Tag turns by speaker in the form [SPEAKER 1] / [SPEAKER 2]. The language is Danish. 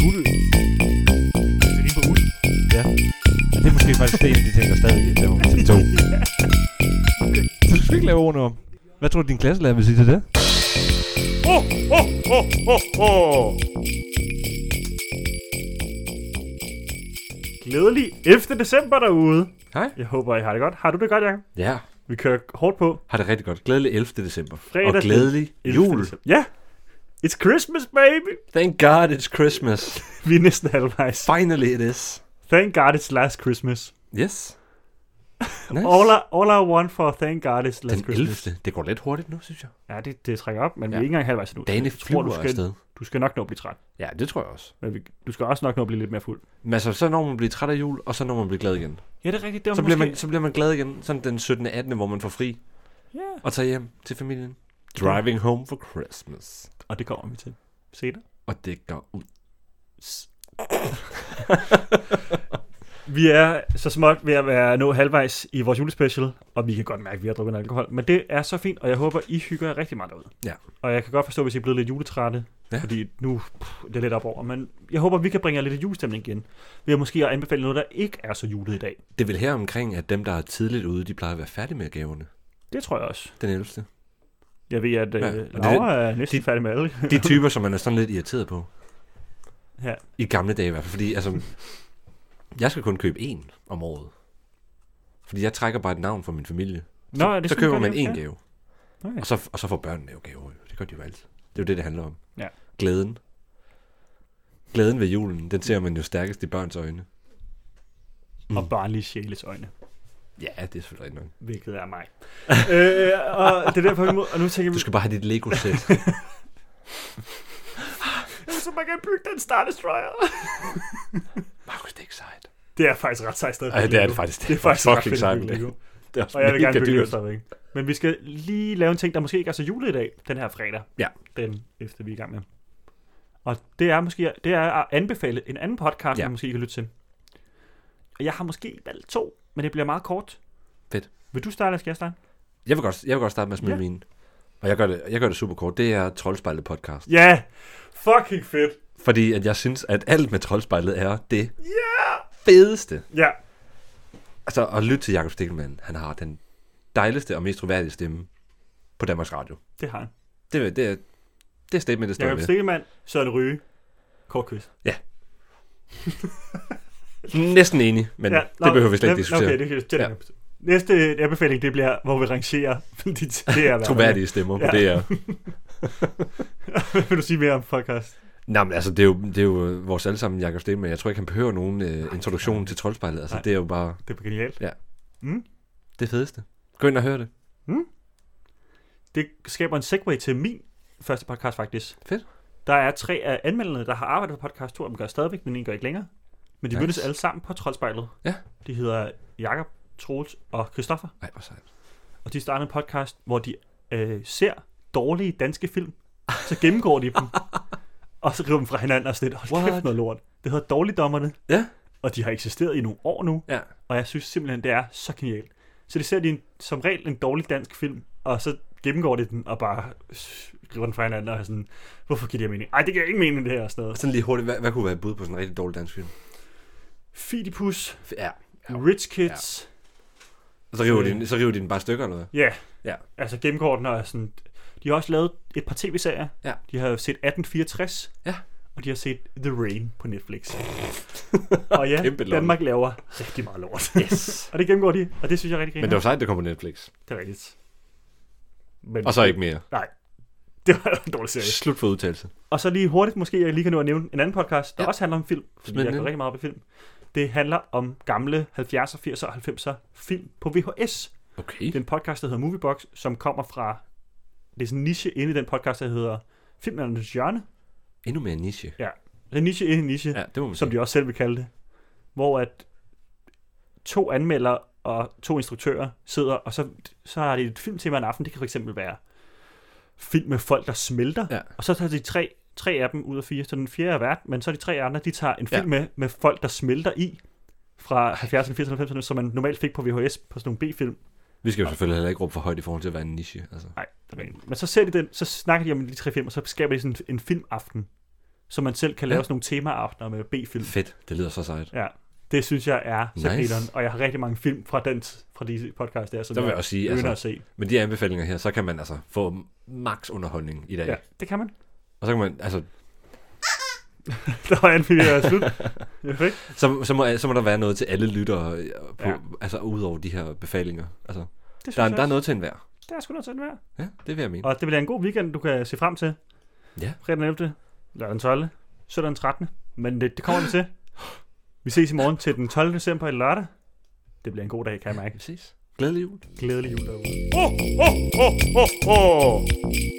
[SPEAKER 1] guld.
[SPEAKER 2] Altså, Det er lige på uld.
[SPEAKER 1] Og det er måske faktisk det, en af de ting, der stadig er på til to. Så du skal ikke lave ordene om. Hvad tror du, din klasselærer vil sige til det?
[SPEAKER 2] Glædelig 11. december derude.
[SPEAKER 3] Hej.
[SPEAKER 2] Jeg håber, I har det godt. Har du det godt, Jacob?
[SPEAKER 3] Ja,
[SPEAKER 2] Vi kører hårdt på.
[SPEAKER 3] har det rigtig godt. Glædelig 11. december.
[SPEAKER 2] Fredag
[SPEAKER 3] og glædelig
[SPEAKER 2] 11.
[SPEAKER 3] jul.
[SPEAKER 2] december. Ja. It's Christmas, baby.
[SPEAKER 3] Thank God it's Christmas.
[SPEAKER 2] Vi er næsten halvvejs.
[SPEAKER 3] Finally it is.
[SPEAKER 2] Thank God it's last Christmas.
[SPEAKER 3] Yes. Nice.
[SPEAKER 2] All I, all I want for thank God it's last
[SPEAKER 3] Den
[SPEAKER 2] Christmas.
[SPEAKER 3] 11. Det går lidt hurtigt nu, synes jeg.
[SPEAKER 2] Ja, det, det trækker op, men vi
[SPEAKER 3] Ja.
[SPEAKER 2] er ikke engang halvvejs endnu.
[SPEAKER 3] Dagene
[SPEAKER 2] Jeg tror, du
[SPEAKER 3] flyver
[SPEAKER 2] skal,
[SPEAKER 3] afsted.
[SPEAKER 2] du skal nok nå at blive træt.
[SPEAKER 3] Ja, det tror jeg også.
[SPEAKER 2] Men vi, du skal også nok nå at blive lidt mere fuld.
[SPEAKER 3] Men altså, så når man bliver træt af jul, og så når man bliver glad igen.
[SPEAKER 2] Ja, det er rigtigt. Det var
[SPEAKER 3] Så bliver,
[SPEAKER 2] måske-
[SPEAKER 3] man, så bliver man glad igen, sådan den 17. 18. hvor man får fri
[SPEAKER 2] Ja.
[SPEAKER 3] og tager hjem til familien. Driving home for Christmas.
[SPEAKER 2] Og det kommer vi til senere.
[SPEAKER 3] Og det går ud.
[SPEAKER 2] Vi er så småt ved at være nå halvvejs i vores julespecial, og vi kan godt mærke, at vi har drukket noget alkohol. Men det er så fint, og jeg håber, I hygger jer rigtig meget derude.
[SPEAKER 3] Ja.
[SPEAKER 2] Og jeg kan godt forstå, hvis I er blevet lidt juletrætte, ja.
[SPEAKER 3] Ja.
[SPEAKER 2] fordi nu pff, det er lidt op over. Men jeg håber, vi kan bringe jer lidt i julestemning igen. Vi har måske at anbefale noget, der ikke er så julet i dag.
[SPEAKER 3] Det er vel her omkring, at dem, der er tidligt ude, de plejer at være færdige med gaverne.
[SPEAKER 2] Det tror jeg også.
[SPEAKER 3] Den 11.
[SPEAKER 2] Jeg ved, at
[SPEAKER 3] Ja, og
[SPEAKER 2] øh,
[SPEAKER 3] det-
[SPEAKER 2] Laura er næsten færdig med alle.
[SPEAKER 3] De typer, som man er sådan lidt irriteret på.
[SPEAKER 2] Ja.
[SPEAKER 3] I gamle dage i hvert fald. Fordi altså, jeg skal kun købe én om året. Fordi jeg trækker bare et navn fra min familie.
[SPEAKER 2] Nå, er det
[SPEAKER 3] så
[SPEAKER 2] sådan,
[SPEAKER 3] køber
[SPEAKER 2] gør
[SPEAKER 3] man
[SPEAKER 2] det?
[SPEAKER 3] én
[SPEAKER 2] Ja.
[SPEAKER 3] gave.
[SPEAKER 2] Okay.
[SPEAKER 3] Og så, og så får børnene jo gaver. jo. Det gør de jo altid. Det er jo det, det handler om.
[SPEAKER 2] Ja.
[SPEAKER 3] Glæden. Glæden ved julen, den ser man jo stærkest i børns øjne.
[SPEAKER 2] Og barnlige sjæles øjne.
[SPEAKER 3] Ja, det er selvfølgelig rigtigt nok.
[SPEAKER 2] Hvilket er mig. øh, og det er derfor, vi må, og nu tænker vi,
[SPEAKER 3] Du skal bare have dit Lego-sæt.
[SPEAKER 2] så man kan bygge den Star Destroyer.
[SPEAKER 3] Markus, det er ikke sejt.
[SPEAKER 2] Det er faktisk ret sejt sted.
[SPEAKER 3] Ej, det er det faktisk.
[SPEAKER 2] Det er faktisk ret fedt at
[SPEAKER 3] sejt.
[SPEAKER 2] bygge Lego.
[SPEAKER 3] Det er også
[SPEAKER 2] Og jeg vil
[SPEAKER 3] mega
[SPEAKER 2] gerne bygge Lego
[SPEAKER 3] dyrt.
[SPEAKER 2] stadigvæk. Men vi skal lige lave en ting, der måske ikke er så julet i dag, den her fredag.
[SPEAKER 3] Ja.
[SPEAKER 2] Den efter vi er i gang med. Og det er måske det er at anbefale en anden podcast, ja.
[SPEAKER 3] Ja.
[SPEAKER 2] man måske kan lytte til. Og jeg har måske valgt to, men det bliver meget kort.
[SPEAKER 3] Fedt.
[SPEAKER 2] Vil du starte, eller skal jeg starte?
[SPEAKER 3] Jeg vil godt, jeg vil godt starte med at smide
[SPEAKER 2] Ja.
[SPEAKER 3] ja. mine. Og jeg gør, det, jeg gør det super kort. Det er Troldspejlet podcast.
[SPEAKER 2] Ja! Fucking fedt!
[SPEAKER 3] Fordi at jeg synes, at alt med Troldspejlet er det fedeste.
[SPEAKER 2] Ja.
[SPEAKER 3] Altså at lytte til Jakob Stikkelmann. Han har den dejligste og mest troværdige stemme på Danmarks Radio.
[SPEAKER 2] Det har han.
[SPEAKER 3] Det, det, er- det er statement, det står
[SPEAKER 2] Jakob
[SPEAKER 3] ved.
[SPEAKER 2] Stikkelmann, Søren Ryge, Kort Kvist.
[SPEAKER 3] Næsten enig, men ja, det behøver vi slet ikke diskutere.
[SPEAKER 2] Okay, det, kan- det, det, ja. Næste anbefaling, det bliver, hvor vi rangerer de tæer.
[SPEAKER 3] Troværdige stemmer ja.
[SPEAKER 2] Ja.
[SPEAKER 3] på det er.
[SPEAKER 2] Vil du sige mere om podcast?
[SPEAKER 3] Nej, men altså, det er jo, det er jo øh, vores allesammen Jakob Stikkelmann. Jeg tror ikke, han behøver nogen øh, introduktion til Troldspejlet. Altså,
[SPEAKER 2] Nej.
[SPEAKER 3] det er jo bare
[SPEAKER 2] Det er genialt.
[SPEAKER 3] det fedeste. Gå ind og hør det.
[SPEAKER 2] Det skaber en segue til min første podcast, faktisk.
[SPEAKER 3] Fedt.
[SPEAKER 2] Der er tre af anmelderne, der har arbejdet på podcast. To af dem gør stadigvæk, den ene gør ikke længere. Men de
[SPEAKER 3] Nice.
[SPEAKER 2] mødtes alle sammen på Troldspejlet.
[SPEAKER 3] Ja.
[SPEAKER 2] De hedder Jakob, Troels og Christoffer.
[SPEAKER 3] Ej, hvor sejt.
[SPEAKER 2] Og de startede en podcast, hvor de øh, ser dårlige danske film. Så gennemgår de dem. og så river dem fra hinanden og sådan lidt, hold kæft
[SPEAKER 3] What?
[SPEAKER 2] noget lort. Det hedder Dårligdommerne.
[SPEAKER 3] Ja.
[SPEAKER 2] Og de har eksisteret i nogle år nu.
[SPEAKER 3] Ja.
[SPEAKER 2] Og jeg synes simpelthen, det er så genialt. Så det ser de en, som regel en dårlig dansk film, og så gennemgår de den og bare s- river den fra hinanden og er sådan, hvorfor giver det her mening? Ej, det giver ingen mening, det her og sådan
[SPEAKER 3] Og
[SPEAKER 2] noget.
[SPEAKER 3] sådan lige hurtigt, hvad, hvad kunne være et bud på sådan en rigtig dårlig dansk film?
[SPEAKER 2] Fidipus,
[SPEAKER 3] F- Ja. Øh. Ja.
[SPEAKER 2] Rich Kids,
[SPEAKER 3] Og så river, de, den- så river de den bare i stykker eller hvad?
[SPEAKER 2] ja. Yeah.
[SPEAKER 3] Ja.
[SPEAKER 2] Altså gennemgår den og er sådan, de har også lavet et par tv-serier.
[SPEAKER 3] Ja.
[SPEAKER 2] De har jo set 1864.
[SPEAKER 3] Ja.
[SPEAKER 2] Og de har set The Rain på Netflix. og ja,
[SPEAKER 3] Kæmpe lort.
[SPEAKER 2] Danmark laver rigtig meget lort. Yes. og det gennemgår de, og det synes jeg er rigtig griner.
[SPEAKER 3] Men det var sejt, det kom på Netflix.
[SPEAKER 2] det er rigtigt. Men,
[SPEAKER 3] Og så ikke mere.
[SPEAKER 2] Nej, det var en dårlig serie.
[SPEAKER 3] Slut for udtalelse.
[SPEAKER 2] Og så lige hurtigt, måske jeg lige kan nå at nævne en anden podcast, der ja.
[SPEAKER 3] Ja.
[SPEAKER 2] også handler om film. Fordi
[SPEAKER 3] Smid den
[SPEAKER 2] jeg går
[SPEAKER 3] ind.
[SPEAKER 2] rigtig meget op i film. Det handler om gamle 70'er, 80'er og 90'er film på VHS.
[SPEAKER 3] Okay.
[SPEAKER 2] Det er en podcast, der hedder Moviebox, som kommer fra... Det er sådan en niche inde i den podcast, der hedder Filmanalys Hjørne.
[SPEAKER 3] Endnu mere niche.
[SPEAKER 2] Det er en niche inde i en niche, ja.
[SPEAKER 3] Ja, det må man
[SPEAKER 2] som
[SPEAKER 3] sige.
[SPEAKER 2] de også selv vil kalde det. Hvor at to anmeldere og to instruktører sidder, og så, så har de et filmtema en aften. Det kan fx være film med folk, der smelter.
[SPEAKER 3] Ja.
[SPEAKER 2] Og så tager de tre, tre af dem ud af fire, så den fjerde er vært, men så de tre andre, de tager en
[SPEAKER 3] Ja.
[SPEAKER 2] film med, med folk, der smelter i fra 70'erne, 80'erne, 90'erne, som man normalt fik på VHS på sådan nogle B-film.
[SPEAKER 3] Vi skal jo selvfølgelig heller ikke råbe for højt i forhold til at være en niche. Altså.
[SPEAKER 2] Nej, det er rigtigt. Men så ser de den, så snakker de om de tre film, og så skaber de sådan en, en filmaften, så man selv kan
[SPEAKER 3] Ja.
[SPEAKER 2] lave sådan nogle temaaftener med B-film.
[SPEAKER 3] Fedt, det lyder så sejt.
[SPEAKER 2] Ja, det synes jeg er så
[SPEAKER 3] Nice.
[SPEAKER 2] nice. og jeg har rigtig mange film fra den, fra de podcast der, som
[SPEAKER 3] Så vil jeg
[SPEAKER 2] jeg
[SPEAKER 3] også sige,
[SPEAKER 2] ynder
[SPEAKER 3] altså,
[SPEAKER 2] at se.
[SPEAKER 3] med de anbefalinger her, så kan man altså få max underholdning i dag.
[SPEAKER 2] Ja, det kan man.
[SPEAKER 3] Og så kan man, altså,
[SPEAKER 2] Der var en film, jeg er slut. Perfekt.
[SPEAKER 3] så, så, må, så må der være noget til alle lyttere, øh, på, ja.
[SPEAKER 2] Ja.
[SPEAKER 3] altså ud over de her befalinger. Altså,
[SPEAKER 2] Det synes
[SPEAKER 3] der, er-
[SPEAKER 2] jeg
[SPEAKER 3] der er
[SPEAKER 2] også.
[SPEAKER 3] noget til enhver.
[SPEAKER 2] Der er sgu noget til den værd.
[SPEAKER 3] Ja, det vil jeg mene.
[SPEAKER 2] Og det bliver en god weekend, du kan se frem til.
[SPEAKER 3] Ja.
[SPEAKER 2] Fredag den 11. Lørdag den 12. Søndag den 13. Men det, det kommer vi til. Vi ses i morgen til den 12. december i lørdag. Det bliver en god dag, kan jeg mærke.
[SPEAKER 3] Præcis. Glædelig jul.
[SPEAKER 2] Glædelig jul derude. Oh, oh, oh, oh, oh.